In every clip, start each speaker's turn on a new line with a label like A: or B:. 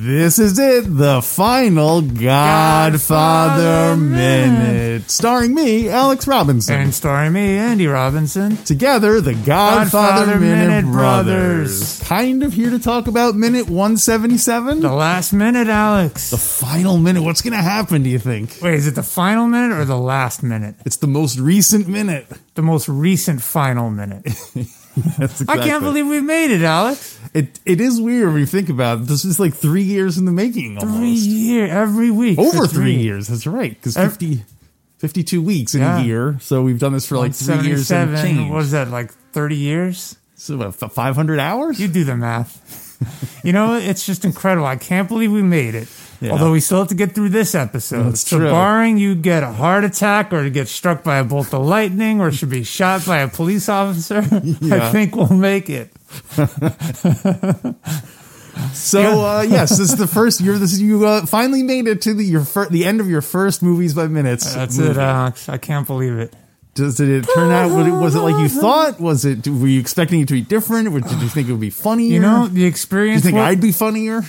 A: This is it, the final Godfather,
B: Godfather
A: Minute.
B: Minute.
A: starring me, Alex Robinson.
B: And starring me, Andy Robinson.
A: Together, the Godfather,
B: Godfather
A: Minute,
B: Minute
A: Brothers.
B: Brothers.
A: Kind of here to talk about Minute 177.
B: The last minute, Alex.
A: the final minute. What's going to happen, do you think?
B: Wait, is it the final minute or the last minute?
A: It's the most recent minute.
B: The most recent final minute.
A: That's
B: I can't
A: exactly-
B: believe we made it, Alex.
A: it. It is weird when you think about it. This is like three years in the making almost.
B: Every year, every week.
A: Over
B: for
A: three years. That's right. Because
B: Ev-
A: 50, 52 weeks in
B: Yeah.
A: a year. So we've done this for like three years and
B: 177,
A: change.
B: What is that, like 30 years?
A: So about five hundred hours.
B: You do the math. you know, it's just incredible. I can't believe we made it.
A: Yeah.
B: Although we still have to get through this episode.
A: That's
B: so
A: true.
B: barring you get a heart attack or get struck by a bolt of lightning or should be shot by a police officer,
A: Yeah.
B: I think we'll make it.
A: so uh, yes, this is the first year. This is, you uh, finally made it to the your fir- the end of your first movies by minutes.
B: That's
A: movie.
B: it, Alex. I can't believe it.
A: Does, did it turn out? what it- Was it like you thought? Was it? Were you expecting it to be different? Or did you think it would be funnier?
B: You know, the
A: Do you
B: experience
A: think
B: wa-
A: I'd be funnier?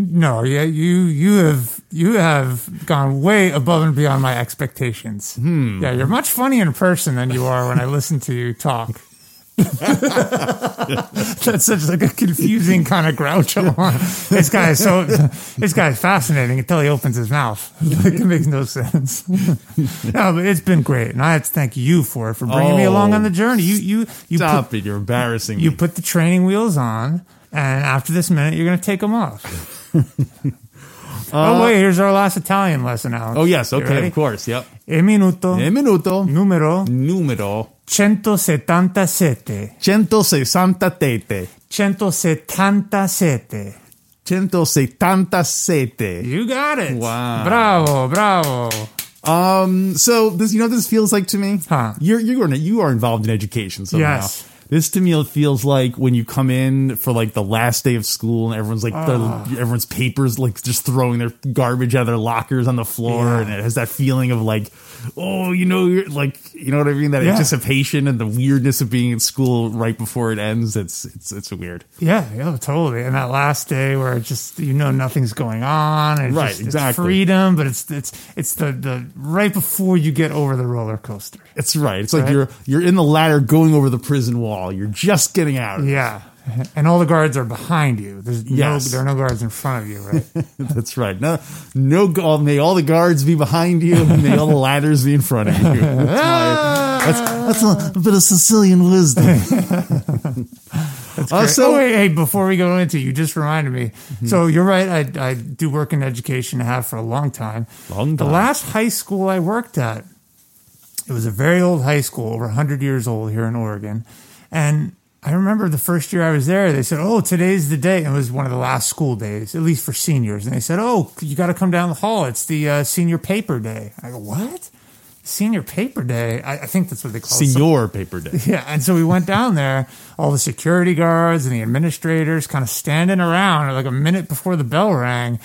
B: No, yeah, you you have you have gone way above and beyond my expectations.
A: Hmm.
B: Yeah, you're much funnier in person than you are when I listen to you talk. That's such like a confusing kind of groucho. this guy is so this guy is fascinating until he opens his mouth. Like, it makes no sense. no, but it's been great, and I have to thank you for it for bringing me along
A: Oh,
B: on the journey. You you you put,
A: Stop it! You're embarrassing
B: you
A: me.
B: put the training wheels on, and after this minute, you're going to take them off. oh, wait, here's our last Italian lesson, Alex.
A: Uh, Oh yes,
B: You
A: okay,
B: ready?
A: of course. Yep.
B: E minuto
A: E minuto
B: numero
A: numero
B: 177.
A: 167.
B: 177.
A: 177.
B: You got it.
A: Wow.
B: Bravo, bravo.
A: Um, so this, you know, what this feels like to me.
B: Huh.
A: You're you're gonna- you are involved in education somehow.
B: Yes.
A: This to me feels like when you come in for like the last day of school and everyone's like
B: Ah.
A: the, everyone's papers like just throwing their garbage out of their lockers on the floor
B: Yeah.
A: and it has that feeling of like oh you know you're like you know what I mean that
B: Yeah.
A: anticipation and the weirdness of being in school right before it ends it's it's it's weird
B: Yeah, yeah, totally. And that last day where it just you know nothing's going on, and it's
A: Right,
B: just-
A: exactly.
B: It's freedom, but it's it's it's the the right before you get over the roller coaster.
A: it's right it's like
B: Right.
A: you're you're in the ladder going over the prison wall you're just getting out
B: Yeah. And all the guards are behind you. There's
A: Yes.
B: no, there are no guards in front of you, right?
A: That's right. No, no. gu- oh, May all the guards be behind you, and may all the ladders be in front of you. That's, my, that's, that's a bit of Sicilian wisdom. Uh,
B: Great.
A: so-
B: oh, wait, hey, before we go into, it, you just reminded me.
A: Mm-hmm.
B: So you're right. I, I do work in education. I have for a long time.
A: Long
B: The
A: time.
B: last high school I worked at, it was a very old high school, over 100 years old here in Oregon, and I remember the first year I was there, they said, "Oh, today's the day." It was one of the last school days, at least for seniors, and they said, "Oh, you got to come down the hall. It's the uh, senior paper day." I go, "What?" Senior paper day. I, I think that's what they call it.
A: Senior paper day.
B: Yeah, and so we went down there. All the security guards and the administrators kind of standing around like a minute before the bell rang,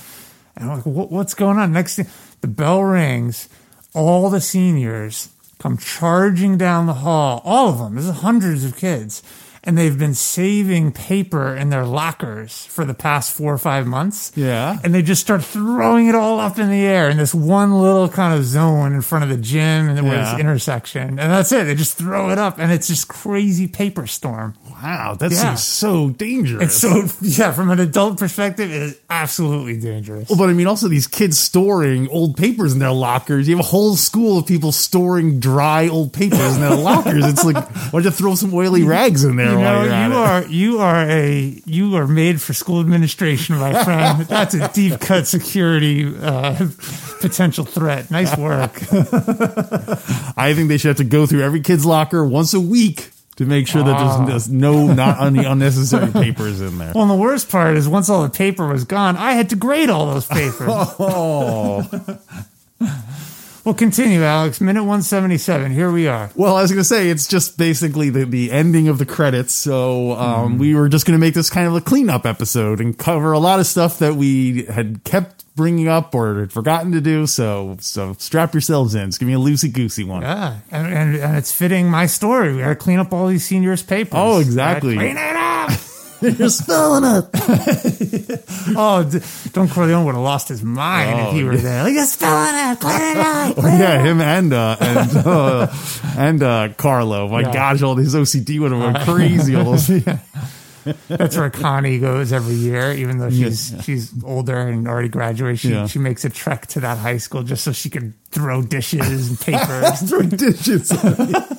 B: and I'm like, what, "What's going on?" Next thing, the bell rings. All the seniors come charging down the hall. All of them. This is hundreds of kids, and they've been saving paper in their lockers for the past four or five months.
A: Yeah.
B: and they just start throwing it all up in the air in this one little kind of zone in front of the gym and where
A: Yeah.
B: this intersection, and that's it. They just throw it up, and it's just crazy paper storm.
A: Wow, that
B: Yeah.
A: seems so dangerous.
B: It's so yeah, from an adult perspective, it is absolutely dangerous.
A: Well, but I mean, also these kids storing old papers in their lockers. You have a whole school of people storing dry old papers in their lockers. It's like, why don't you throw some oily rags in there
B: You
A: while
B: know,
A: you're at
B: you
A: it?
B: are you are a you are made for school administration, my friend. That's a deep cut security uh, potential threat. Nice work.
A: I think they should have to go through every kid's locker once a week to make sure that there's, there's no not any unnecessary papers in there.
B: Well, and the worst part is once all the paper was gone, I had to grade all those papers.
A: Oh,
B: Well, continue, Alex. Minute 177. Here we are.
A: Well, I was going to say it's just basically the, the ending of the credits. So um, we were just going to make this kind of a cleanup episode and cover a lot of stuff that we had kept bringing up or had forgotten to do. So so strap yourselves in. It's going to be a loosey goosey one.
B: Yeah. And, and, and it's fitting my story. We got to clean up all these seniors' papers.
A: Oh, exactly.
B: Gotta Clean it up.
A: You're spelling it.
B: oh, D- Don Corleone would have lost his mind if he were there. Like, just spelling it. Clean it up. Clean it up.
A: Oh, Yeah, him and uh, and uh, and uh, Carlo. My gosh, all these OCD would have went crazy. All those
B: That's where Connie goes every year, even though she's she's older and already graduated. She,
A: Yeah.
B: she makes a trek to that high school just so she could throw dishes and papers.
A: throwing dishes.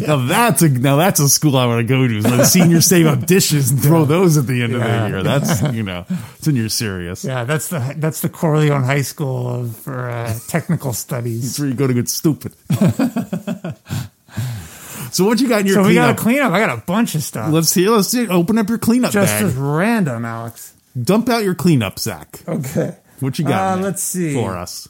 A: Now that's a now that's a school I want to go to. Is let the seniors save up dishes and throw those at the end
B: Yeah.
A: of the year. That's you know, it's when you're serious.
B: yeah, that's the that's the Corleone High School of, for uh, technical studies.
A: That's where you go to get stupid. so what you got in your
B: So we
A: cleanup?
B: got to clean up. I got a bunch of stuff.
A: let's see. Let's see. Open up your cleanup
B: just
A: bag.
B: as random, Alex.
A: Dump out your cleanup sack.
B: Okay.
A: What you got?
B: Uh,
A: in there
B: let's see.
A: for us.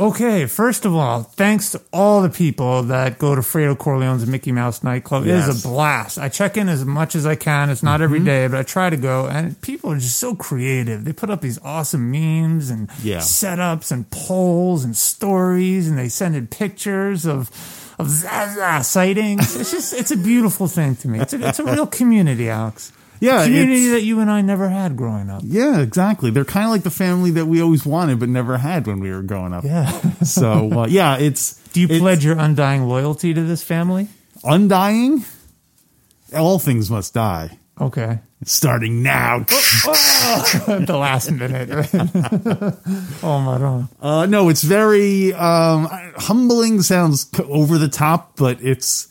B: Okay, first of all, thanks to all the people that go to Fredo Corleone's Mickey Mouse nightclub. It
A: Yes. Mm-hmm.
B: is a blast. I check in as much as I can. It's not every day, but I try to go. And people are just so creative. They put up these awesome memes and
A: Yeah.
B: setups and polls and stories, and they send in pictures of of Zaza sightings. It's just it's a beautiful thing to me. It's a, it's a real community, Alex.
A: Yeah,
B: community
A: it's-
B: that you and I never had growing up.
A: Yeah, exactly. They're kind of like the family that we always wanted but never had when we were growing up.
B: Yeah.
A: So uh, yeah, it's
B: Do you
A: it's
B: pledge your undying loyalty to this family?
A: undying. All things must die.
B: Okay.
A: starting now.
B: at the last minute. oh my god!
A: Uh, no, it's very um, humbling. Sounds c- over the top, but it's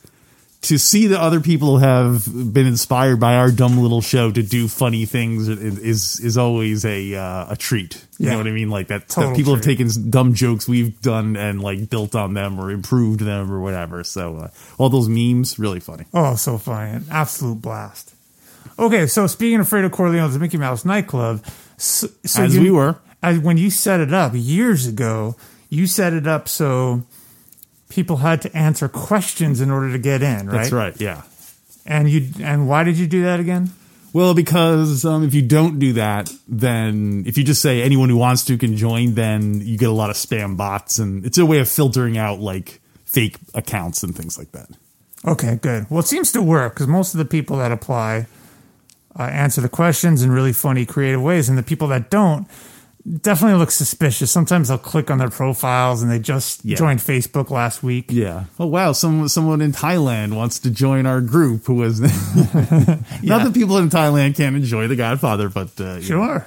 A: to see that other people have been inspired by our dumb little show to do funny things i- is is always a uh, a treat. You
B: Yeah.
A: know what I mean? Like that,
B: Total
A: that people have
B: treat.
A: taken s- dumb jokes we've done and like built on them or improved them or whatever. So uh, all those memes, really funny.
B: Oh, so funny! An absolute blast. Okay, so speaking of Fredo Corleone's Mickey Mouse nightclub, so, so
A: As
B: you-
A: we were.
B: as, when you set it up years ago, you set it up so people had to answer questions in order to get in, right?
A: That's right. Yeah.
B: And you and why did you do that again?
A: Well, because um, if you don't do that, then if you just say anyone who wants to can join, then you get a lot of spam bots, and it's a way of filtering out like fake accounts and things like that.
B: Okay, good. Well, it seems to work because most of the people that apply uh, answer the questions in really funny, creative ways, and the people that don't definitely look suspicious. Sometimes they'll click on their profiles and they just
A: Yeah.
B: joined Facebook last week.
A: Yeah. Oh wow, someone someone in Thailand wants to join our group who was not that people in Thailand can't enjoy The Godfather, but uh, you know,
B: Sure.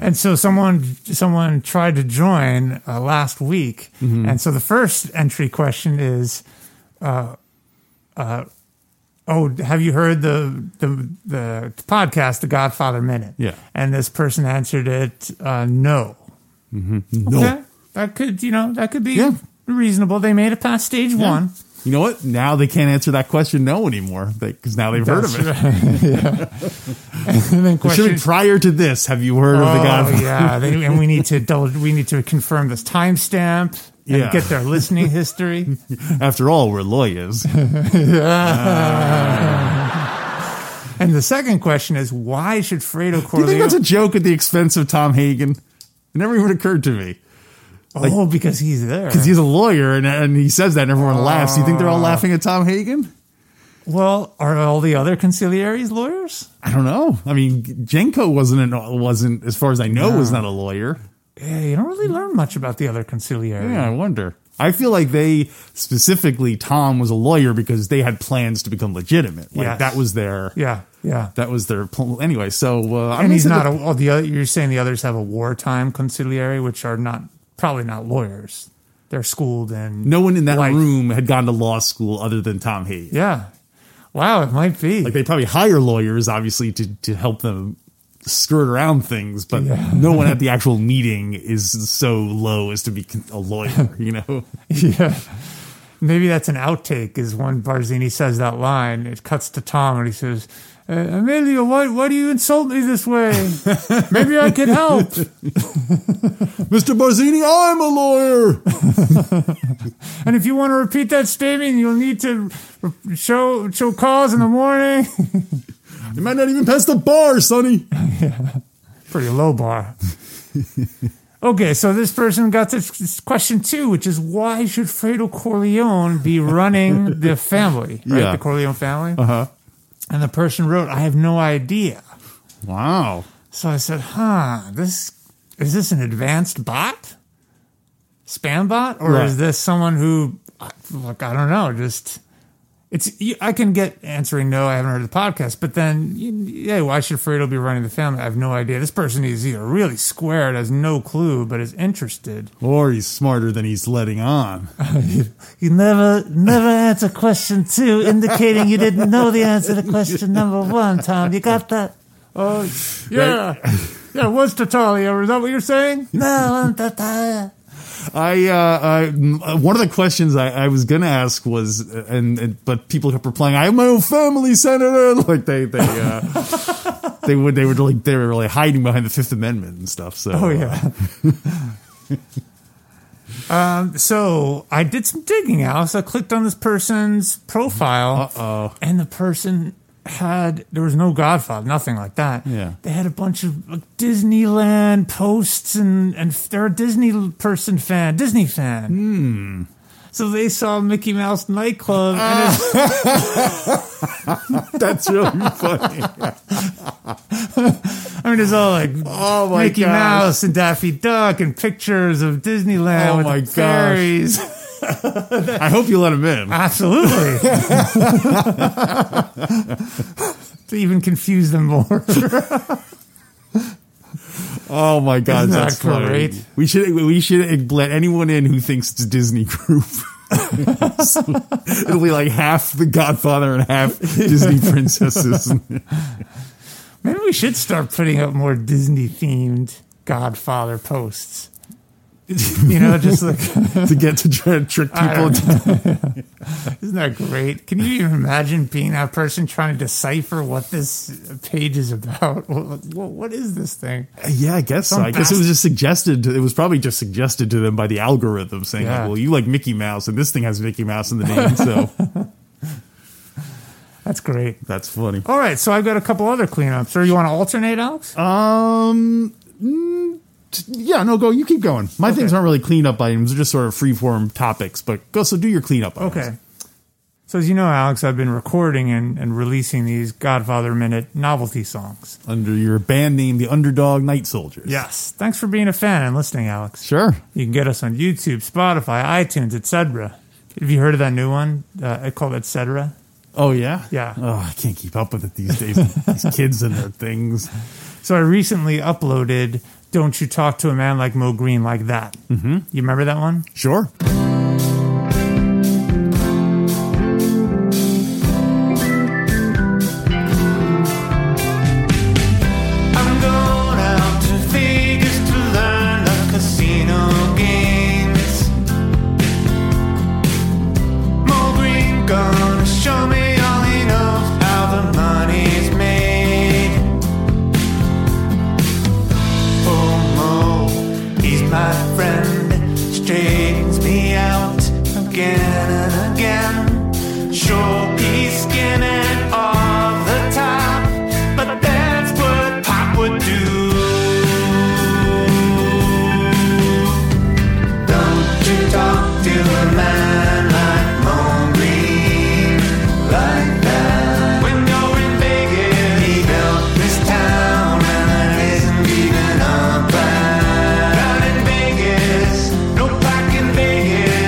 B: And so someone someone tried to join uh, last week,
A: Mm-hmm.
B: and so the first entry question is, uh, uh, "Oh, have you heard the, the the podcast, The Godfather Minute?"
A: Yeah.
B: and this person answered it, uh, "No."
A: Mm-hmm. no.
B: Okay, that could you know that could be
A: Yeah.
B: reasonable. They made it past stage one.
A: You know what? Now they can't answer that question no anymore because now they've heard of it.
B: yeah. and then
A: It should
B: question.
A: be prior to this. Have you heard of The Godfather?
B: Oh, yeah, they, and we need to double, we need to confirm this timestamp and
A: Yeah.
B: get their listening history.
A: After all, we're lawyers.
B: And the second question is, why should Fredo
A: Do you think
B: Corleone?
A: that's a joke at the expense of Tom Hagen? It never even occurred to me
B: oh, because he's there.
A: because he's a lawyer and, and he says that and everyone
B: Uh,
A: laughs. Do you think they're all laughing at Tom Hagen?
B: well, are all the other conciliaries lawyers?
A: I don't know. I mean, Jenko wasn't an, wasn't as far as I know was not a lawyer.
B: Yeah, you don't really learn much about the other conciliaries.
A: Yeah, I wonder. I feel like they specifically Tom was a lawyer because they had plans to become legitimate. Like
B: Yes.
A: that was their
B: yeah, yeah.
A: that was their pl- anyway. So uh, I'm
B: And he's
A: gonna say
B: not. A, all the other, you're saying the others have a wartime conciliary, which are not probably not lawyers. They're schooled and
A: no one in that
B: Like-
A: room had gone to law school other than Tom Hagen.
B: Yeah. Wow, it might be.
A: Like they probably hire lawyers, obviously, to to help them skirt around things, but
B: Yeah.
A: no one at the actual meeting is so low as to be con- a lawyer. You know,
B: yeah. Maybe that's an outtake, is when Barzini says that line. It cuts to Tom and he says, uh, Amelia, why, why do you insult me this way? Maybe I can help.
A: Mr. Barzini, I'm a lawyer.
B: And if you want to repeat that statement, you'll need to re- show show cause in the morning.
A: You might not even pass the bar, Sonny.
B: Pretty low bar. Okay, so this person got this, this question too, which is why should Fredo Corleone be running the family, right?
A: Yeah.
B: The Corleone family. Uh huh. And the person wrote, "I have no idea."
A: Wow.
B: So I said, "Huh, this is this an advanced bot, spam bot, or
A: Right.
B: is this someone who, look, I don't know, just." It's you- I can get answering no, I haven't heard of the podcast, but then you- yeah, why should Fredo be running the family? I have no idea. This person is either really squared, has no clue, but is interested.
A: Or he's smarter than he's letting on.
B: You never never answer question two, indicating you didn't know the answer to question number one, Tom. You got that? Oh yeah. Yeah, it was Tatalia. Is that what you're saying? No, I'm Tatalia.
A: I, uh, I one of the questions I, I was gonna ask was, uh, and, and but people kept replying, "I have my own family, Senator." Like they they uh, they would they would like they were really hiding behind the Fifth Amendment and stuff. So
B: Oh yeah. um, so I did some digging, Alice. I clicked on this person's profile.
A: Uh-oh.
B: And the person had there was no Godfather, nothing like that.
A: Yeah.
B: They had a bunch of like, Disneyland posts and and they're a Disney person fan, Disney fan. Hmm. So they saw Mickey Mouse nightclub and it's
A: uh, that's really funny.
B: I mean, it's all like
A: Ah. Oh my
B: Mickey
A: gosh.
B: Mouse and Daffy Duck and pictures of Disneyland
A: Oh
B: with
A: my
B: the
A: gosh.
B: fairies.
A: I hope you let him in.
B: Absolutely. to even confuse them more.
A: Oh my God,
B: Isn't that
A: that's funny.
B: great?
A: We should we should let anyone in who thinks it's a Disney group. It'll be like half the Godfather and half Disney princesses.
B: Maybe we should start putting up more Disney themed Godfather posts. You know, just like,
A: to get to try to trick
B: I
A: people.
B: don't isn't that great? Can you even imagine being that person trying to decipher what this page is about? What, what, what is this thing?
A: yeah, I guess so.
B: Some
A: I guess it was just suggested. To, it was probably just suggested to them by the algorithm saying,
B: Yeah.
A: "Well, you like Mickey Mouse, and this thing has Mickey Mouse in the name." So
B: That's great.
A: that's funny.
B: All right, so I've got a couple other cleanups. Or you want to alternate, Alex?
A: Um. mm, t- Yeah, no, go. You keep going. My things aren't really cleanup items; they're just sort of freeform topics. But go, so do your cleanup. Items.
B: Okay. So as you know, Alex, I've been recording and, and releasing these Godfather Minute novelty songs.
A: under your band name, the Underdog Night Soldiers.
B: Yes. Thanks for being a fan and listening, Alex.
A: sure.
B: You can get us on YouTube, Spotify, iTunes, etc. Have you heard of that new one? Uh, I called etc.
A: Oh yeah,
B: Yeah.
A: Oh, I can't keep up with it these days. these kids and their things.
B: So I recently uploaded "Don't You Talk to a Man Like Mo Green Like That." Mm-hmm. You remember that one?
A: Sure.
C: I'm going out to Vegas to learn the casino games. Mo Green gonna show me all he knows how the money's made. Oh Mo, he's my friend, straightens me out again and again. Sure, he's skinning off the top, but that's what pop would do. Don't you talk to a man like Mo Green like that. When you're in Vegas, he built this town and it isn't even a plan. Down in Vegas, no plaque in Vegas.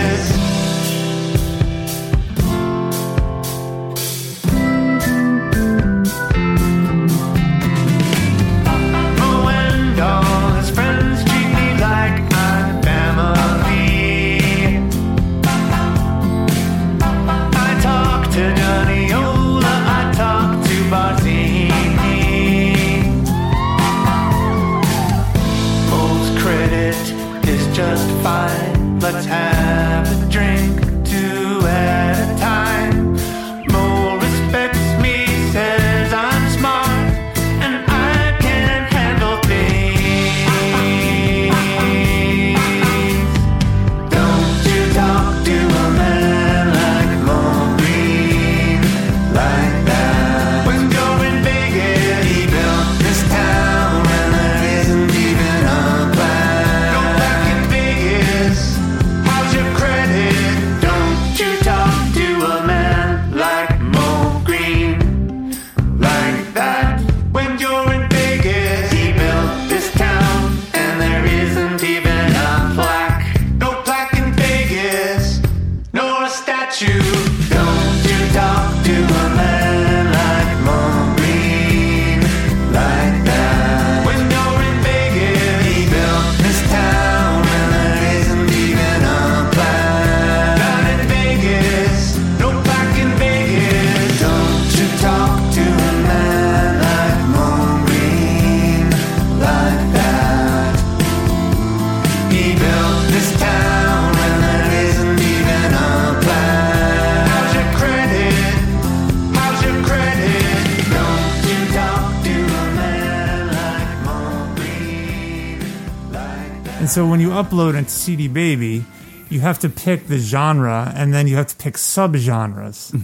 B: so when you upload into CD Baby, you have to pick the genre and then you have to pick subgenres. So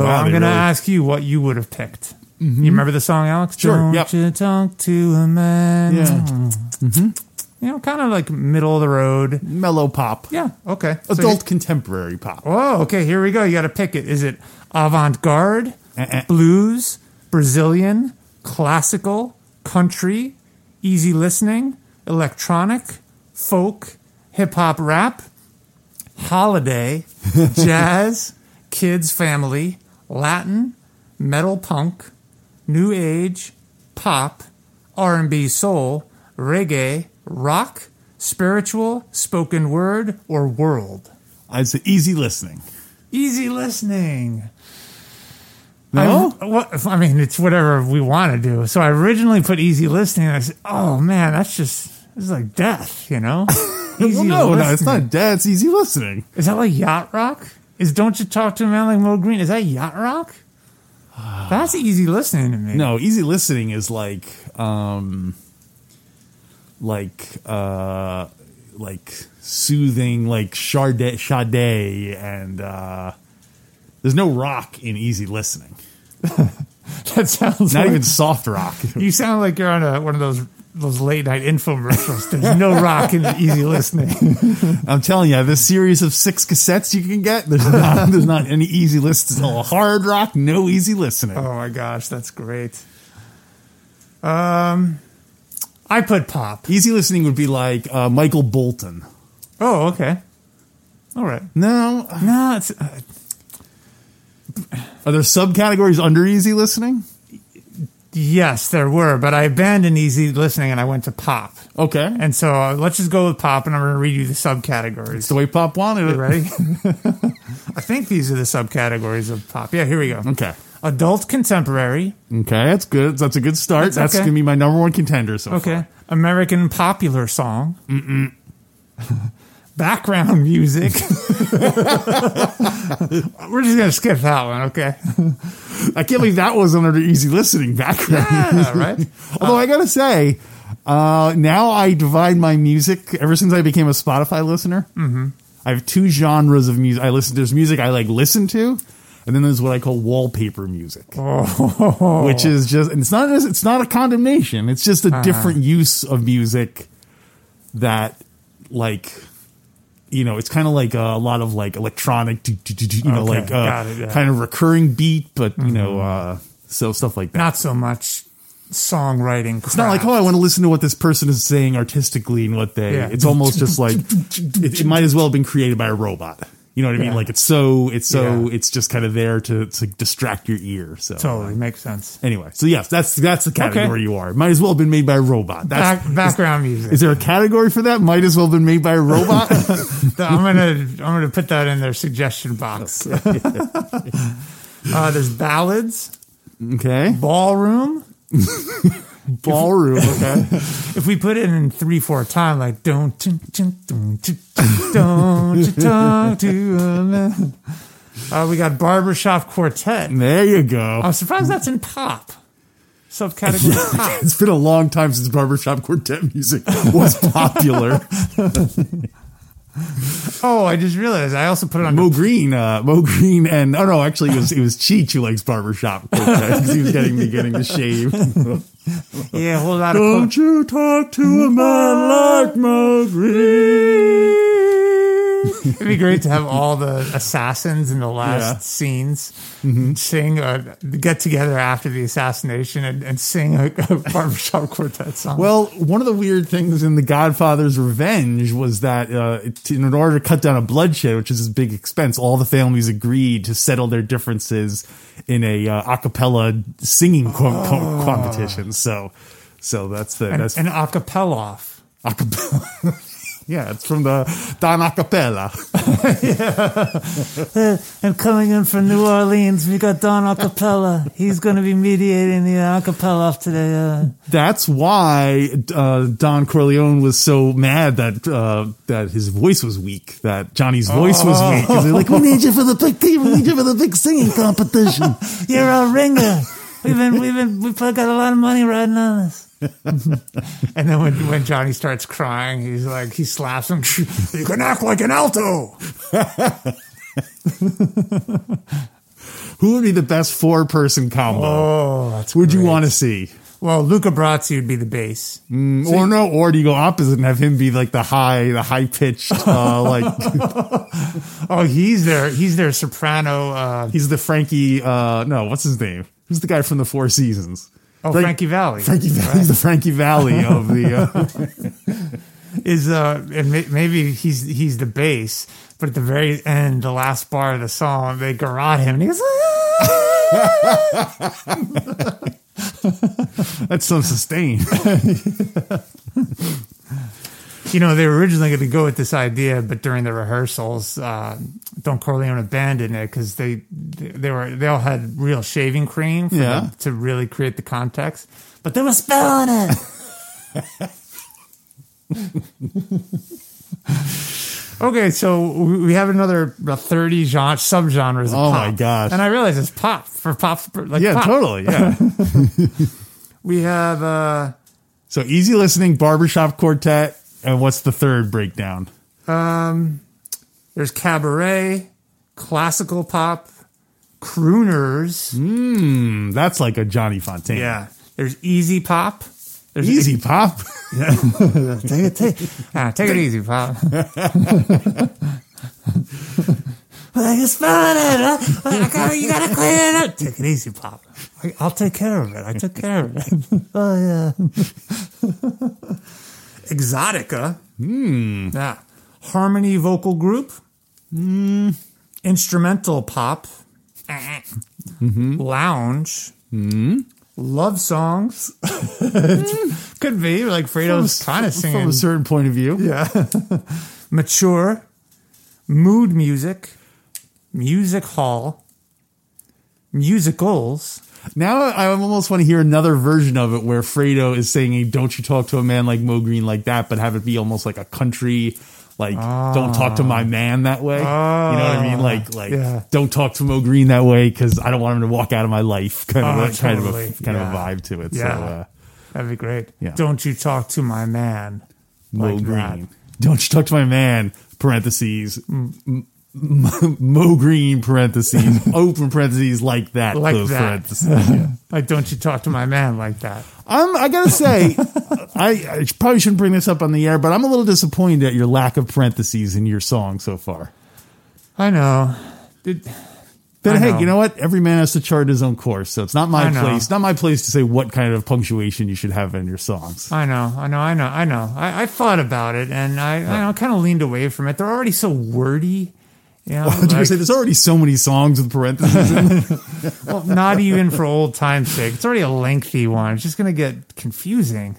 A: Mm-hmm. Wow,
B: I'm
A: they
B: going
A: really- Mm-hmm.
B: to ask you what you would have picked. You remember the song, Alex?
A: Sure,
B: Don't
A: yep.
B: you talk to a man?
A: Yeah.
B: You know, kind of like middle of the road.
A: mellow pop,
B: Yeah. Okay. So
A: adult contemporary pop.
B: Oh, okay. Here we go. You got to pick it. Is it avant garde,
A: Uh-uh.
B: blues, Brazilian, classical, country, easy listening, electronic, folk, hip hop rap, holiday, jazz, kids family, Latin, metal punk, new age, pop, R&B soul, reggae, rock, spiritual, spoken word, or world?
A: I'd say easy listening.
B: Easy listening.
A: No,
B: I, what, I mean, it's whatever we want to do. So I originally put easy listening. And I said, oh man, that's just it's like death, you know. easy
A: well, no, no, it's
B: listening.
A: not dead. It's easy listening.
B: Is that like yacht rock? Is don't you talk to a man like Mo Green? Is that yacht rock? That's easy listening to me.
A: No, easy listening is like, um, like, uh, like soothing, like Sade, Sade, and uh, there's no rock in easy listening.
B: that sounds
A: Not
B: like,
A: even soft rock.
B: You sound like you're on a, one of those those late night infomercials. There's no rock in the easy listening.
A: I'm telling you, this series of six cassettes you can get, there's not, there's not any easy list. It's all hard rock, no easy listening.
B: Oh my gosh, that's great. Um, I put pop.
A: Easy listening would be like uh, Michael Bolton.
B: Oh, okay. All right.
A: No,
B: No, it's uh,
A: are there subcategories under easy listening?
B: yes, there were, but I abandoned easy listening and I went to pop.
A: Okay, and
B: And so uh, let's just go with pop, and I'm going to read you the subcategories.
A: the way Pop wanted it.
B: You ready? I think these are the subcategories of pop. Yeah, here we go.
A: Okay,
B: Adult contemporary.
A: okay, that's good. That's a good start. That's,
B: That's okay.
A: gonna be my number one contender so far.
B: Okay. American popular song. Mm-mm. Background music. We're just going to skip that one, okay?
A: I can't believe that was under easy listening background.
B: Yeah, right?
A: Although I gotta say, uh, now I divide my music. Ever since I became a Spotify listener,
B: Mm-hmm.
A: I have two genres of music. I listen. There's music I like listen to, and then there's what I call wallpaper music,
B: Oh.
A: which is just. And it's not. It's not a condemnation. It's just
B: Uh-huh.
A: a different use of music that, like. You know, it's kind of like a, lot of like electronic, do- do- do- do, you know,
B: Okay,
A: like uh,
B: got it, yeah. Mm-hmm.
A: kind of recurring beat, but you know, uh, so stuff like that.
B: Not so much songwriting.
A: It's not like, oh, I want to listen to what this person is saying artistically and what they.
B: Yeah.
A: It's almost just like it, it might as well have been created by a robot. You know what I mean?
B: Yeah.
A: Like it's so it's so
B: Yeah.
A: it's just kind of there to, to distract your ear. So
B: Totally makes sense.
A: anyway, so yes, that's that's the category
B: Okay.
A: you are. Might as well have been made by a robot. That's,
B: Back, background music.
A: is there a category for that? Might as well have been made by a robot.
B: I'm gonna I'm gonna put that in their suggestion box. uh, there's ballads,
A: okay,
B: ballroom.
A: ballroom. Okay,
B: If we put it in three four time, like don't dun, dun, dun, dun, dun, don't you talk to a man. Uh, we got barbershop quartet.
A: there you go.
B: I'm surprised that's in pop subcategory. pop.
A: It's been a long time since barbershop quartet music was popular.
B: Oh, I just realized I also put it on
A: Mo Green, uh, Mo Green, and oh no, actually it was it was Cheech who likes barbershop because he was getting me getting the shave.
B: yeah a whole lot of
A: Don't
B: quotes.
A: you talk to a man like Mo Green?
B: It'd be great to have all the assassins in the last
A: Yeah. Mm-hmm.
B: scenes sing, uh, get together after the assassination and, and sing a, a barbershop quartet song.
A: Well, one of the weird things in The Godfather's Revenge was that uh, it- in order to cut down a bloodshed, which is a big expense, all the families agreed to settle their differences in a uh, a cappella singing co- co- competition. So, so that's the
B: Ah. and,
A: that's
B: and a cappella off.
A: Acapella. yeah, it's from the Don Acapella.
B: And coming in from New Orleans, we got Don Acapella. He's going to be mediating the acapella off today. Uh,
A: That's why uh, Don Corleone was so mad that uh, that his voice was weak, that Johnny's voice was weak.
B: Oh.
A: 'Cause They're like, we need you for the big, we need you for the big singing competition.
B: You're a ringer. We've been, we've been, we've got a lot of money riding on this. and then when, when Johnny starts crying, he's like, he slaps him. You can act like an alto.
A: Who would be the best four person combo?
B: Oh, that's
A: would you want to see? Mm,
B: Well, Luca Brazzi would be the bass.
A: or no, or do you go opposite and have him be like the high, the high pitched, uh, like
B: Oh, he's their he's their soprano. Uh,
A: he's the Frankie. Uh, no, what's his name? Who's the guy from the Four Seasons?
B: oh,
A: Frank-
B: Frankie Valley
A: Frankie Valley's the Frankie Valley of the. Uh,
B: is uh, and may- maybe he's he's the bass. But at the very end, the last bar of the song, they garrote him, and he goes. "Ah."
A: that's some sustain.
B: You know, they were originally going to go with this idea, but during the rehearsals, uh, Don Corleone abandoned it because they they were they all had real shaving cream for
A: Yeah.
B: them to really create the context, but they were spilling it. okay, so we we have another about thirty genre subgenres. Of
A: Oh
B: pop.
A: my gosh.
B: And I realize it's pop for pop, for, like
A: Yeah,
B: pop.
A: totally. Yeah.
B: We have uh,
A: So easy listening, barbershop quartet, and what's the third breakdown?
B: There's cabaret, classical pop, crooners.
A: Mm, That's like a Johnny Fontaine.
B: Yeah. There's easy pop. There's
A: Easy pop.
B: Take it, take, ah, take it easy, pop. Like it's fine, huh? I gotta- you gotta clean it up. Take it easy, pop. I- I'll take care of it. I took care of it. oh yeah. Exotica. Hmm. Yeah. Harmony vocal group. Hmm. Instrumental pop. Mm-hmm. Lounge. Hmm. Love songs. Could be like Fredo's kind of
A: From
B: singing
A: a certain point of view. Yeah.
B: mature, mood music, music hall, musicals.
A: Now I almost want to hear another version of it where Fredo is saying, Don't you talk to a man like Mo Green like that, but have it be almost like a country, like, don't talk to my man that way. you know what I mean? Like, like
B: Ah. yeah.
A: don't talk to Mo Green that way because I don't want him to walk out of my life. Kind of,
B: Oh,
A: a, kind of
B: totally.
A: a, kind of a
B: Yeah.
A: vibe to it.
B: Yeah.
A: So, uh,
B: That'd be great.
A: Yeah.
B: Don't you talk to my man.
A: Mo
B: like that.
A: Green. Don't you talk to my man, parentheses. M- M- Mo Green, parentheses. open parentheses, like that.
B: Like
A: close
B: that.
A: parentheses.
B: Like, don't you talk to my man like that.
A: I'm, I gotta say, I, I probably shouldn't bring this up on the air, but I'm a little disappointed at your lack of parentheses in your song so far.
B: I know. Did,
A: But
B: I
A: hey,
B: know.
A: you know what? Every man has to chart his own course, so it's not my
B: I know.
A: place. Not my place to say what kind of punctuation you should have in your songs.
B: I know, I know, I know, I know. I, I thought about it and I, I kind of leaned away from it. They're already so wordy. You know,
A: But you
B: like-
A: say there's already so many songs with parentheses. in them.
B: well, not even for old time's sake. It's already a lengthy one. It's just going to get confusing.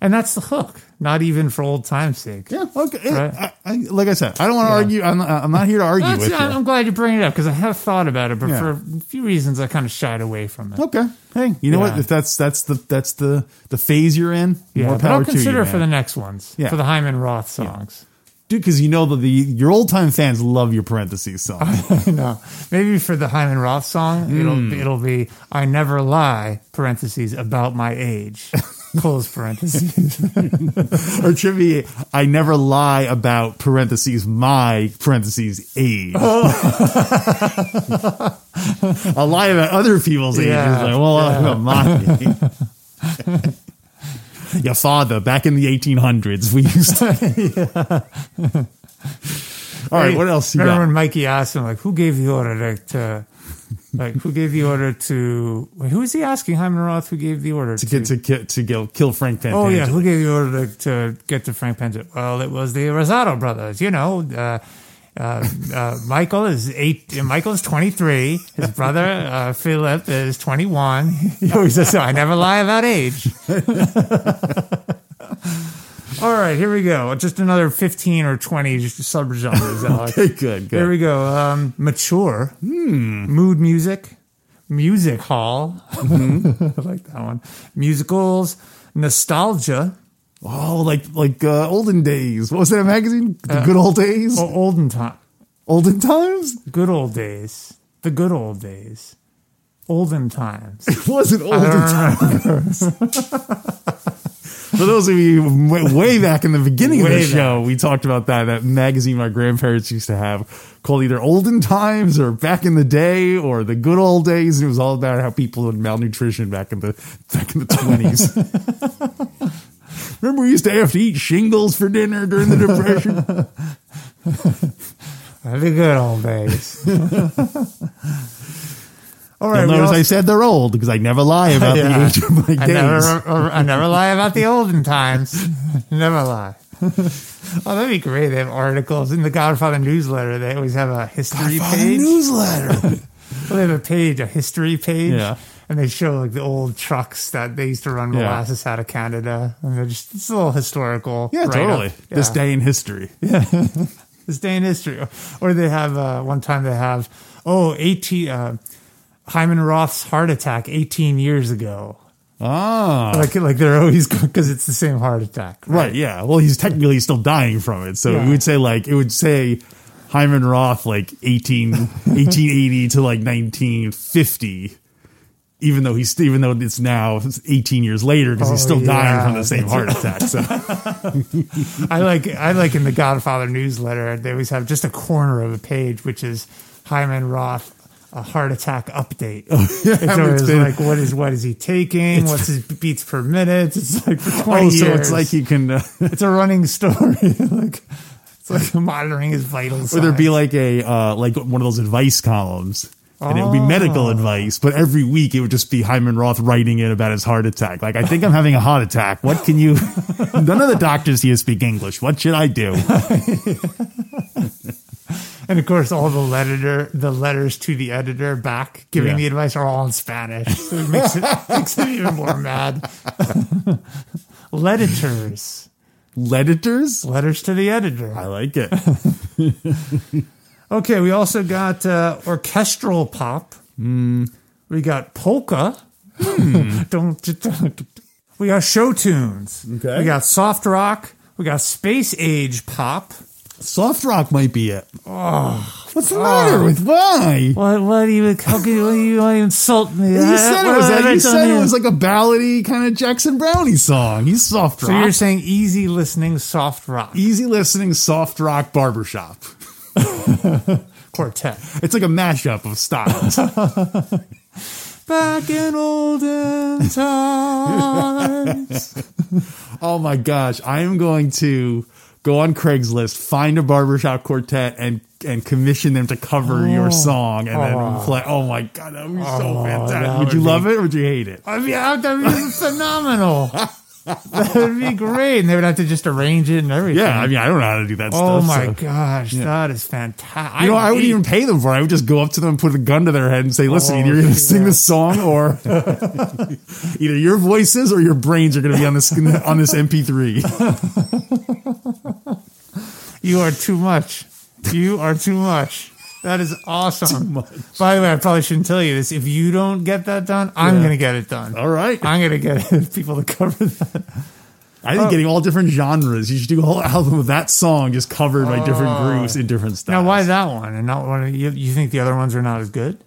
B: And that's the hook. Not even for old time's sake.
A: yeah, okay.
B: Right.
A: I, I, like I said, I don't want to argue. I'm, not- I'm not here to argue
B: That's-
A: with you.
B: I'm glad you bring it up because I have thought about it, but
A: Yeah.
B: for a few reasons, I kind of shied away from it.
A: Okay. Hey, you know
B: Yeah.
A: what? If that's that's the that's the the phase you're in,
B: Yeah,
A: more
B: but I'll
A: power to you,
B: consider it
A: man.
B: for the next ones,
A: Yeah.
B: for the Hyman Roth songs.
A: dude, because you know that the your old time fans love your parentheses song.
B: no, maybe for the Hyman Roth song,
A: Hmm.
B: it'll it'll be "I never lie" parentheses about my age, close parentheses.
A: or trivia, I never lie about parentheses my parentheses age. I lie about other people's
B: Yeah.
A: ages. Like, well, uh, my. Your father, back in the 1800s, we used to. All right, what else you
B: Remember
A: got?
B: when Mikey asked him, like, who gave the order like, to, like, who gave the order to? Wait, who is he asking? Hyman Roth, who gave the order
A: To get to kill, to kill, kill Frank Pantangelo.
B: Oh yeah, who gave the order to, to get to Frank Penzett? Well, it was the Rosado brothers. You know, uh, uh, uh, Michael is eight. uh, Michael is twenty three. His brother uh, Philip is twenty one. He always says, "I never lie about age." All right, here we go. Just another fifteen or twenty just subgenres. Alex.
A: Okay, good, Hmm. good.
B: There we go. Um, mature, mood music, music hall.
A: Mm-hmm.
B: I like that one. Musicals, nostalgia,
A: Oh, like like uh, olden days. What was that magazine?
B: Uh,
A: The good old days.
B: o- olden time,
A: Olden times.
B: good old days, the good old days. olden times.
A: It wasn't olden times. For those of you who went way back in the beginning of the
B: Way back.
A: show, we talked about that that magazine my grandparents used to have called either Olden Times or Back in the Day or the Good Old Days. It was all about how people had malnutrition back in the back in the twenties. Remember, we used to have to eat shingles for dinner during the Depression.
B: The good old days. All right,
A: You'll
B: we
A: notice
B: also-
A: I said they're old because I never lie about the
B: Yeah.
A: age of my
B: I
A: days.
B: never, I never lie about the olden times. never lie. oh, that'd be great. They have articles in the Godfather newsletter. They always have a history
A: Father
B: page.
A: newsletter.
B: Well, they have a page, a history page.
A: Yeah.
B: And they show like the old trucks that they used to run
A: Yeah.
B: molasses out of Canada. And they're just, it's a little historical.
A: Yeah,
B: write-up.
A: totally. This
B: Yeah.
A: day in history.
B: this day in history. Or they have uh, one time they have oh 18 uh, Hyman Roth's heart attack 18 years ago.
A: Ah.
B: Like like they're always because it's the same heart attack.
A: Right. Yeah. Well, he's technically still dying from it. So
B: Yeah.
A: we would say like it would say Hyman Roth like 18, 1880 to like 1950. Even though he's even though it's now 18 years later because he's
B: Oh,
A: still dying
B: yeah.
A: from the same heart attack. So
B: I like I like in the Godfather newsletter they always have just a corner of a page which is Hyman Roth. A heart attack update.
A: Oh,
B: it's always
A: been-
B: like, what is what is he taking? What's his beats per minute? It's like for twenty
A: oh, so
B: years.
A: it's like you can uh,
B: it's a running story. like it's like monitoring his vitals.
A: or there'd be like a uh, like one of those advice columns. And it would be
B: Ah.
A: medical advice, but every week it would just be Hyman Roth writing in about his heart attack. Like, I think I'm having a heart attack. What can you? None of the doctors here speak English. What should I do?
B: And of course, all the letter, the letters to the editor back giving
A: Yeah.
B: the advice are all in Spanish. So it makes it, makes it even more mad. Letters,
A: Leditors?
B: letters to the editor.
A: I like it.
B: Okay, we also got uh, orchestral pop. Hmm. We got polka. Hmm.
A: Hmm.
B: don't, don't- We got show tunes.
A: Okay.
B: We got soft rock. We got space age pop.
A: Soft rock might be it.
B: Ah.
A: What's the matter with why?
B: What? What do you? How can you, why do you why insult me?
A: You said it was,
B: What have Uh, I
A: you
B: done
A: said it
B: here?
A: was like a ballady kind of Jackson Brownie song. He's soft
B: So you're
A: rock.
B: saying easy listening soft rock
A: Easy listening soft rock barbershop.
B: quartet.
A: It's like a mashup of styles.
B: Back in olden times.
A: oh my gosh. I am going to go on Craigslist, find a barbershop quartet, and and commission them to cover your song and then play. Oh my God. That would be so fantastic.
B: Oh. that
A: Would, you
B: would
A: love it or would you hate it?
B: I mean, that would be phenomenal. That would be great. And they would have to just arrange it and everything.
A: Yeah. I mean, I don't know how to do that
B: oh
A: stuff.
B: my
A: so-
B: gosh, that is fantastic.
A: You know, I wouldn't even pay them for it. I would just go up to them and put a gun to their head and say, listen,
B: Oh,
A: either you're going to
B: yeah.
A: sing this song or either your voices or your brains are going to be on this on this MP3.
B: You are too much. You are too much. That is awesome. By the way, I probably shouldn't tell you this. If you don't get that done, I'm
A: Yeah.
B: going to get it done.
A: All right.
B: I'm going to get people to cover that.
A: I
B: Oh.
A: think getting all different genres, you should do a whole album of that song just covered by different grooves in different styles.
B: Oh. Now, why that one and not one? Of, you, you think the other ones are not as good?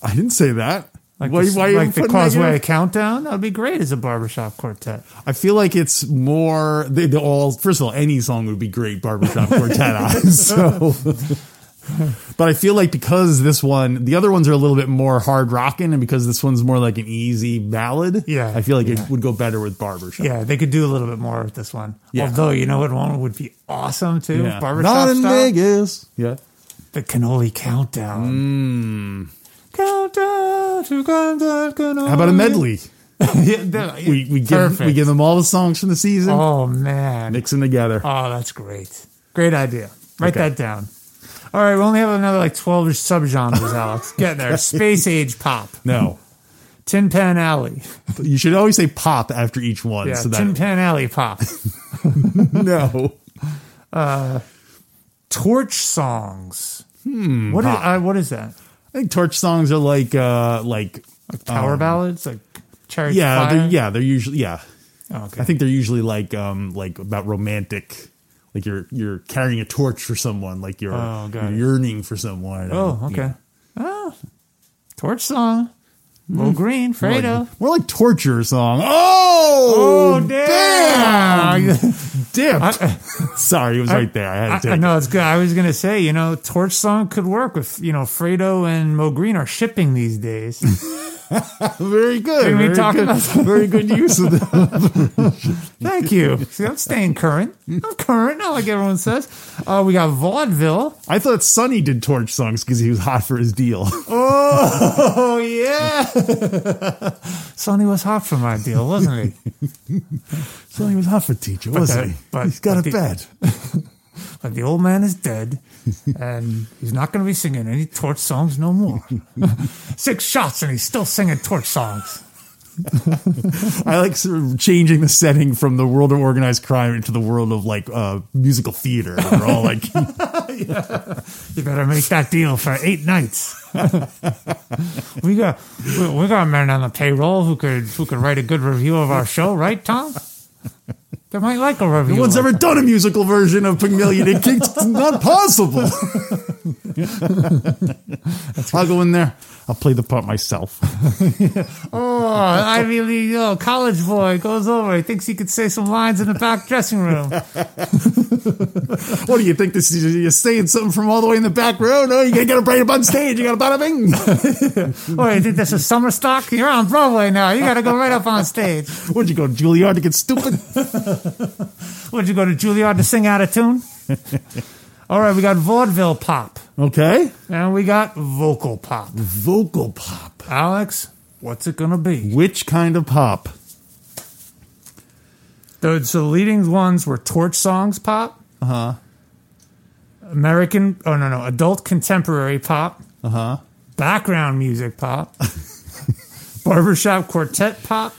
A: I didn't say that.
B: Like
A: why,
B: the,
A: why are you
B: like the
A: putting that
B: Causeway
A: in?
B: Countdown? That would be great as a barbershop quartet.
A: I feel like it's more. They, they all. First of all, any song would be great barbershop quartet on. So, but I feel like because this one, the other ones are a little bit more hard rocking, and because this one's more like an easy ballad.
B: Yeah,
A: I feel like
B: yeah.
A: it would go better with barbershop.
B: Yeah, they could do a little bit more with this one.
A: Yeah.
B: Although, you know what one would be awesome too?
A: Yeah.
B: Barbershop
A: Not in
B: style?
A: Vegas. Yeah.
B: The cannoli countdown. Countdown to countdown cannoli.
A: Hmm. How about a medley?
B: Oh, yeah, that-
A: We we give
B: Perfect.
A: we give them all the songs from the season,
B: Oh, man.
A: mix them together.
B: Oh, that's great. Great idea. Write
A: Okay.
B: that down. All right, we only have another like 12 subgenres, Alex. Get there. Space age pop.
A: No,
B: Tin Pan Alley.
A: you should always say pop after each one.
B: Yeah,
A: so that
B: Tin Pan Alley pop.
A: no.
B: Torch songs. Hmm. What is,
A: pop.
B: uh, what is that?
A: I think torch songs are like uh like
B: Like power ballads? Like Cherry
A: Um, yeah
B: Fire?
A: they're, yeah they're usually yeah
B: Oh, okay.
A: I think they're usually like um like about romantic like you're you're carrying a torch for someone like you're,
B: Oh, got
A: you're
B: it.
A: yearning for someone
B: oh,
A: and,
B: okay.
A: yeah.
B: Ah, torch song.
A: Hmm.
B: Mo Green, Fredo.
A: More like torture song. Oh, damn. Dip. Sorry, it was right there. I had to
B: I,
A: take
B: I
A: it.
B: know it's good. I was gonna say, you know, torch song could work with you know Fredo and Mo Green are shipping these days.
A: Very good.
B: Can we
A: very
B: talk
A: good.
B: about-
A: very good use of the
B: Thank you. See, I'm staying current. I'm current. Not like everyone says. Uh, we got vaudeville.
A: I thought Sonny did torch songs because he was hot for his deal.
B: Oh yeah, Sonny was hot for my deal, wasn't he?
A: Sonny was hot for teacher, wasn't
B: the-
A: he?
B: but-
A: He's got
B: but
A: a
B: the-
A: bed.
B: But the old man is dead, and he's not going to be singing any torch songs no more. Six shots, and he's still singing torch songs.
A: I like sort of changing the setting from the world of organized crime into the world of like uh, musical theater. We're all like,
B: You better make that deal for eight nights. we got we, we got a man on the payroll who could who could write a good review of our show, right, Tom? They might like a review.
A: no one's
B: of-
A: ever done a musical version of Pygmalion. It- It's not possible. I'll go in there. I'll play the part myself.
B: Oh, Ivy League, oh, college boy goes over. He thinks he could say some lines in the back dressing room.
A: What do you think? This is you're saying something from all the way in the back row? No, you gotta get it right up on stage. You gotta bada bing.
B: Wait, you think this is summer stock? You're on Broadway now. You got to go right up on stage.
A: What'd you go to Juilliard to get stupid?
B: Would you go to Juilliard to sing out of tune? All right, we got vaudeville pop
A: Okay.
B: and we got vocal pop.
A: Vocal pop.
B: Alex, what's it gonna be?
A: Which kind of pop?
B: The, so the leading ones were torch songs pop, uh
A: Uh-huh.
B: huh, American oh no no adult contemporary pop, uh huh,
A: Uh-huh.
B: background music pop, barbershop quartet pop,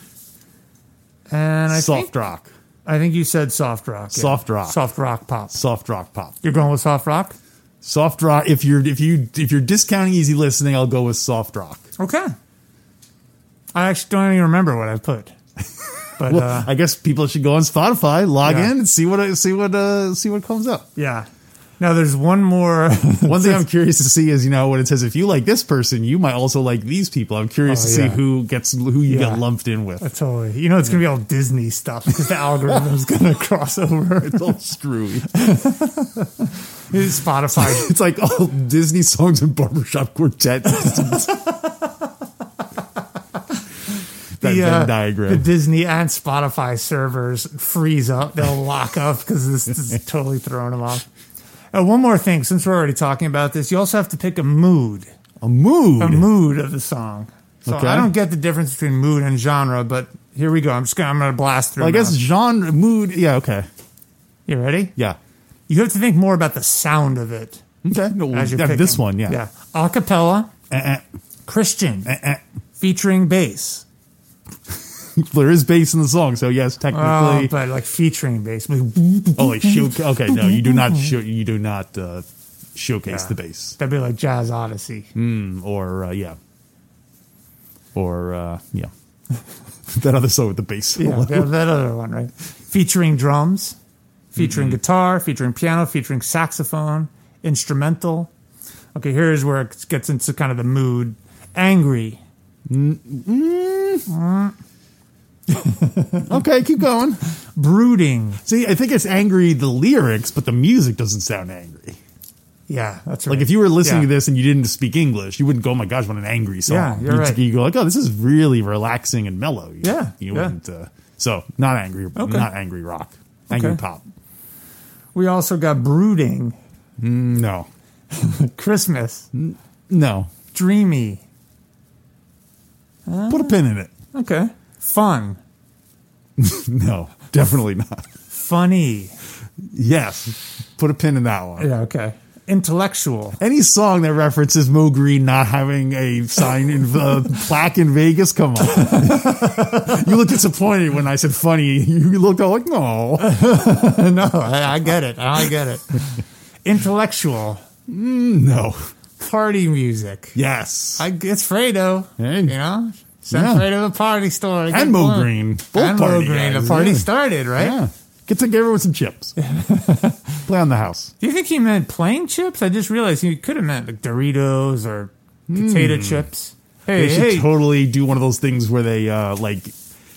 B: and I
A: soft
B: think
A: rock.
B: I think you said soft rock, yeah.
A: Soft rock.
B: soft rock pop.
A: Soft rock pop.
B: You're going with soft rock?
A: Soft rock. If you're if you if you're discounting easy listening, I'll go with soft rock.
B: Okay. I actually don't even remember what I put. But
A: Well,
B: uh,
A: I guess people should go on Spotify, log
B: Yeah.
A: in, and see what see what uh, see what comes up.
B: yeah. Now there's one more.
A: One thing I'm curious to see is you know when it says if you like this person, you might also like these people. I'm curious
B: Oh,
A: to
B: yeah.
A: see who gets who you
B: Yeah.
A: get lumped in with.
B: totally. You know it's going to be all Disney stuff because the algorithm's going to cross over.
A: It's all screwy.
B: It's Spotify.
A: It's like all Disney songs and barbershop quartet. that
B: uh,
A: Venn diagram.
B: the Disney and Spotify servers freeze up. They'll lock up because this, this is totally throwing them off. And one more thing, since we're already talking about this, you also have to pick a mood.
A: a mood.
B: the mood of the song. So
A: Okay.
B: I don't get the difference between mood and genre, but here we go. I'm just gonna I'm gonna blast through.
A: I guess
B: now.
A: genre, mood. Yeah, okay.
B: you ready?
A: Yeah.
B: You have to think more about the sound of it
A: Okay. No, we
B: as you're
A: have
B: picking.
A: this one, yeah.
B: yeah. Acapella,
A: Eh,
B: Christian,
A: eh, eh,
B: featuring bass,
A: eh. There is bass in the song, so yes,
B: Oh,
A: technically.
B: but like featuring bass. Like,
A: Holy shoot. Okay, no, you do not show, you do not uh, showcase
B: Yeah.
A: the bass
B: That'd be like Jazz Odyssey.
A: or uh, yeah. Or uh, yeah. that other song with the bass.
B: Yeah, that, that other one, right? Featuring drums, featuring
A: Mm-hmm.
B: guitar, featuring piano, featuring saxophone, instrumental. Okay, here's where it gets into kind of the mood. Angry.
A: Okay, keep going.
B: brooding.
A: See, I think it's angry the lyrics, but the music doesn't sound angry.
B: Yeah, that's right.
A: Like if you were listening
B: Yeah.
A: to this and you didn't speak English, you wouldn't go, "Oh my gosh, what an angry song!"
B: Yeah, you're
A: You'd-
B: right.
A: You go like, "Oh, this is really relaxing and mellow." You,
B: Yeah,
A: you
B: yeah.
A: wouldn't. Uh, so not angry,
B: Okay.
A: not angry rock, angry
B: Okay.
A: pop.
B: we also got brooding,
A: No,
B: Christmas,
A: Hmm? no.
B: dreamy,
A: Put a pin in it.
B: okay, fun,
A: No, definitely not.
B: funny.
A: Yes, put a pin in that one.
B: Yeah, okay. Intellectual.
A: Any song that references Mo Green not having a sign in uh, plaque in Vegas, come on. you looked disappointed when I said funny. You looked all like, no.
B: no, Oh, I, I get it. I get it. Intellectual
A: No.
B: party music.
A: Yes.
B: I, it's Fredo.
A: Hey.
B: You know, send
A: Yeah.
B: Fredo to the party store
A: and Mo Green. Both
B: and Mo
A: party
B: Green.
A: guys,
B: the party
A: yeah.
B: started, right?
A: Yeah. Get to give everyone some chips. Play on the house.
B: Do you think he meant plain chips? I just realized he could have meant like Doritos or potato chips. Hey,
A: Hmm. they should
B: hey.
A: totally do one of those things where they uh, like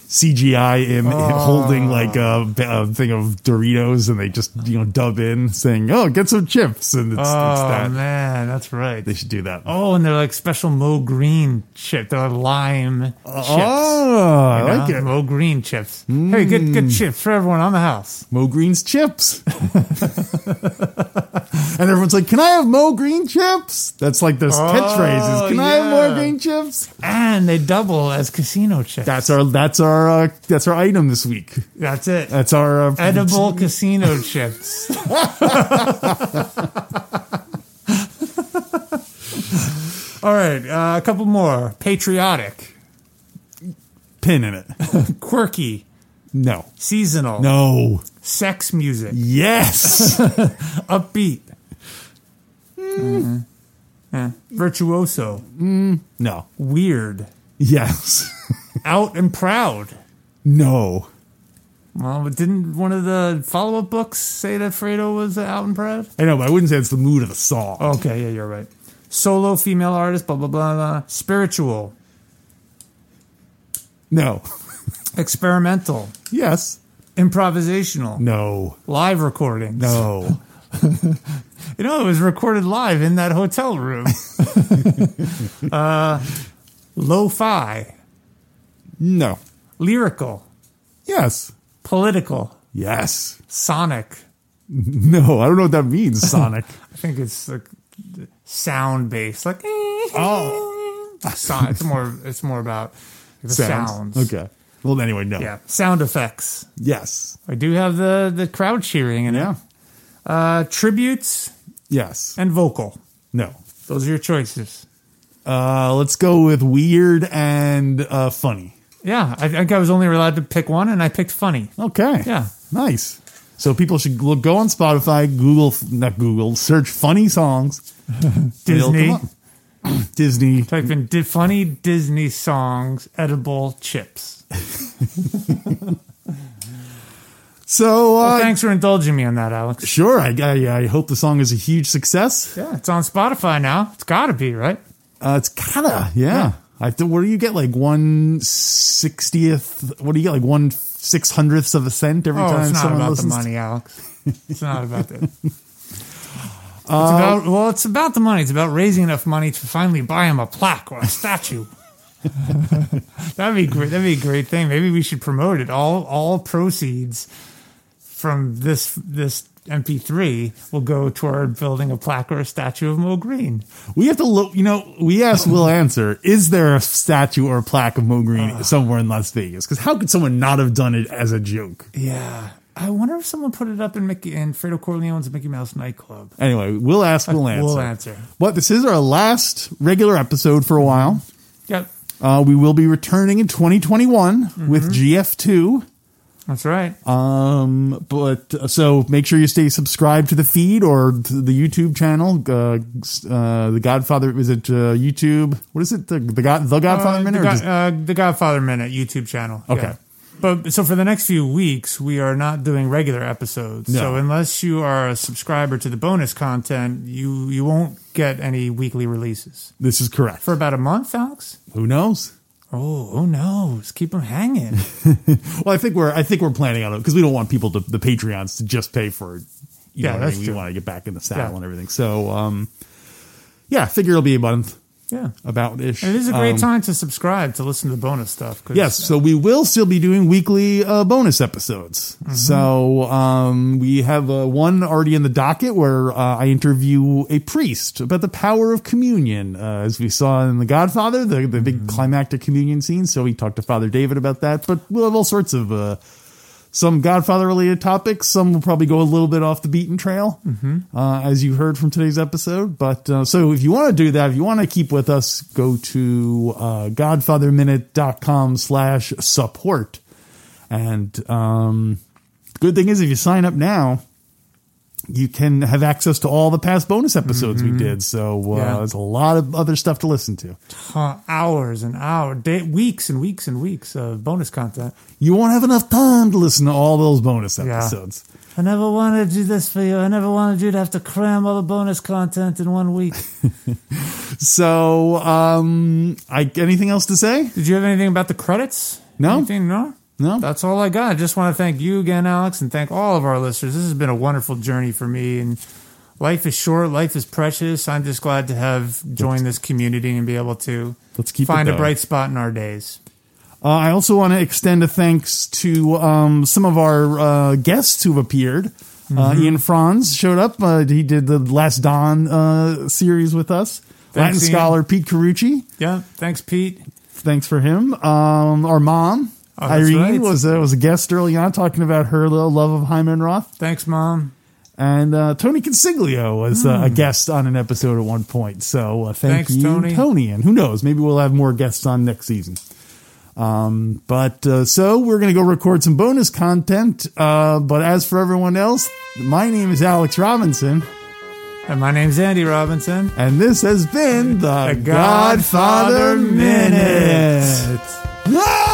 A: CGI him
B: Oh.
A: holding like a, b- a thing of Doritos, and they just you know dub in saying, "Oh, get some chips," and it's, it's
B: Oh
A: that.
B: man, that's right.
A: They should do that.
B: Oh, and they're like special Mo Green chip. They're lime chips.
A: Oh, I like
B: you know?
A: it. Hmm.
B: Mo Green chips. Hey, good good chips for everyone on the house.
A: Mo Green's chips. and everyone's like, Can I have Mo Green chips? That's like this catchphrase is, Can I have
B: Oh, yeah.
A: Mo Green chips?
B: And they double as casino chips.
A: That's our that's our uh, that's our item this week.
B: That's it.
A: That's our uh,
B: Edible casino chips. All right, uh, a couple more. Patriotic,
A: pin in it.
B: quirky,
A: No.
B: seasonal,
A: No.
B: sex music,
A: Yes.
B: upbeat. Mhm. Yeah. Virtuoso,
A: no.
B: weird,
A: Yes.
B: out and proud.
A: No.
B: Well, but didn't one of the follow up books say that Fredo was out and proud?
A: I know, but I wouldn't say it's the mood of the song.
B: Okay, yeah, you're right. Solo female artist, blah, blah, blah, blah. Spiritual,
A: No.
B: experimental,
A: Yes.
B: improvisational,
A: No.
B: live recordings.
A: No.
B: You know, it was recorded live in that hotel room. uh, lo fi,
A: No.
B: lyrical,
A: Yes.
B: political,
A: Yes.
B: sonic.
A: No. I don't know what that means, Sonic.
B: I think it's like sound based, like
A: Oh.
B: son- it's more. It's more about the sounds.
A: Okay. Well, anyway, no.
B: Yeah, sound effects.
A: Yes.
B: I do have the the crowd cheering and
A: Yeah.
B: uh, tributes
A: Yes.
B: and vocal.
A: No.
B: Those are your choices.
A: Uh, let's go with weird and uh, funny.
B: Yeah, I think I was only allowed to pick one, and I picked funny.
A: Okay.
B: Yeah.
A: Nice. So people should look, go on Spotify, Google, not Google, search funny songs. and it'll
B: Disney.
A: come up. Disney.
B: Type in di- funny Disney songs, edible chips.
A: So, uh,
B: Well, thanks for indulging me on that, Alex.
A: sure. I, I, I hope the song is a huge success.
B: Yeah, it's on Spotify now. It's got to be right.
A: Uh, it's kind of, yeah. I th- what do you get? Like 160th? What do you get? Like 1 600th of a cent every
B: Oh,
A: time
B: it's not
A: someone
B: about
A: listens?
B: the money, Alex. It's not about that. It's
A: Uh,
B: about, well, it's about the money. It's about raising enough money to finally buy him a plaque or a statue. that'd be great. That'd be a great thing. Maybe we should promote it. All all proceeds from this this MP3 will go toward building a plaque or a statue of Mo Green.
A: We have to look, you know, we asked Will Answer, is there a statue or a plaque of Mo Green
B: Ah.
A: somewhere in Las Vegas? Because how could someone not have done it as a joke?
B: Yeah, I wonder if someone put it up in Mickey in Fredo Corleone's Mickey Mouse nightclub.
A: Anyway, we'll ask Will Answer.
B: We'll answer.
A: But this is our last regular episode for a while.
B: Yep,
A: Uh, we will be returning in 2021
B: Mm-hmm.
A: with GF2.
B: that's right.
A: Um, but uh, so make sure you stay subscribed to the feed or to the YouTube channel. Uh, uh, the Godfather is it uh, YouTube? What is it? The the, God, the Godfather
B: Uh,
A: Minute? or
B: The, God-
A: just-
B: uh, the Godfather Minute YouTube channel.
A: Okay.
B: But so for the next few weeks, we are not doing regular episodes.
A: No.
B: So unless you are a subscriber to the bonus content, you you won't get any weekly releases
A: this is correct.
B: for about a month, Alex.
A: Who knows?
B: Oh, who knows? Keep them hanging.
A: Well, I think we're I think we're planning on it because we don't want people to the Patreons to just pay for. You
B: Yeah,
A: know what I
B: that's
A: mean? We
B: true.
A: want to get back in the saddle
B: Yeah.
A: and everything. So, um, yeah, I figure it'll be a month
B: yeah.
A: about ish.
B: It is a great time to subscribe to listen to the bonus stuff.
A: Um,
B: 'cause-
A: Yes, so we will still be doing weekly uh, bonus episodes.
B: Mm-hmm.
A: So um, we have uh, one already in the docket where uh, I interview a priest about the power of communion, uh, as we saw in The Godfather, the, the big
B: Mm-hmm.
A: climactic communion scene. So we talked to Father David about that, but we'll have all sorts of uh, some Godfather related topics. Some will probably go a little bit off the beaten trail, uh, as you heard from today's episode. But uh, so if you want to do that, if you want to keep with us, go to uh, godfatherminute.com slash support. And um, good thing is, if you sign up now, you can have access to all the past bonus episodes we did. So uh,
B: Yeah.
A: there's a lot of other stuff to listen to.
B: Huh, hours and hours, day, weeks and weeks and weeks of bonus content.
A: You won't have enough time to listen to all those bonus episodes.
B: I never wanted to do this for you. I never wanted you to have to cram all the bonus content in one week.
A: So, um, I anything else to say?
B: Did you have anything about the credits?
A: No.
B: Anything? No.
A: No.
B: That's all I got. I just want to thank you again, Alex, and thank all of our listeners. This has been a wonderful journey for me, and life is short, life is precious. I'm just glad to have joined this community and be able to
A: Let's keep it
B: find a
A: going.
B: bright spot in our days.
A: Uh, I also want to extend a thanks to um, some of our uh, guests who've appeared. Uh,
B: Mm-hmm.
A: Ian Franz showed up. Uh, he did the Last Dawn uh, series with us. Latin
B: Ian.
A: scholar Pete Carucci.
B: Yeah. Thanks, Pete.
A: Thanks for him. Um, our mom,
B: Oh, that's
A: Irene,
B: right.
A: was uh, was a guest early on talking about her little love of Hyman Roth.
B: Thanks, Mom.
A: And uh, Tony Consiglio was uh, a guest on an episode at one point. So uh, thank
B: Hmm. Thanks,
A: you,
B: Tony.
A: Tony. And who knows? Maybe we'll have more guests on next season. Um, but uh, so we're going to go record some bonus content. Uh, but as for everyone else, my name is Alex Robinson,
B: And my name's Andy Robinson.
A: and this has been the,
B: The
A: Godfather
B: Godfather
A: Minute.
B: Minute.
A: No!